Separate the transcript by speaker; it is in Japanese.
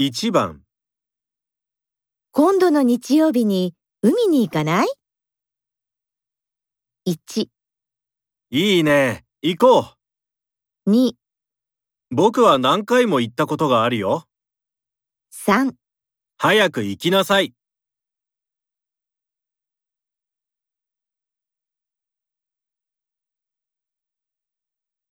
Speaker 1: 1番、
Speaker 2: 今度の日曜日に海に行かない ?1、
Speaker 1: いいね、行こう。
Speaker 2: 2、
Speaker 1: 僕は何回も行ったことがあるよ。
Speaker 2: 3
Speaker 1: 早く行きなさい。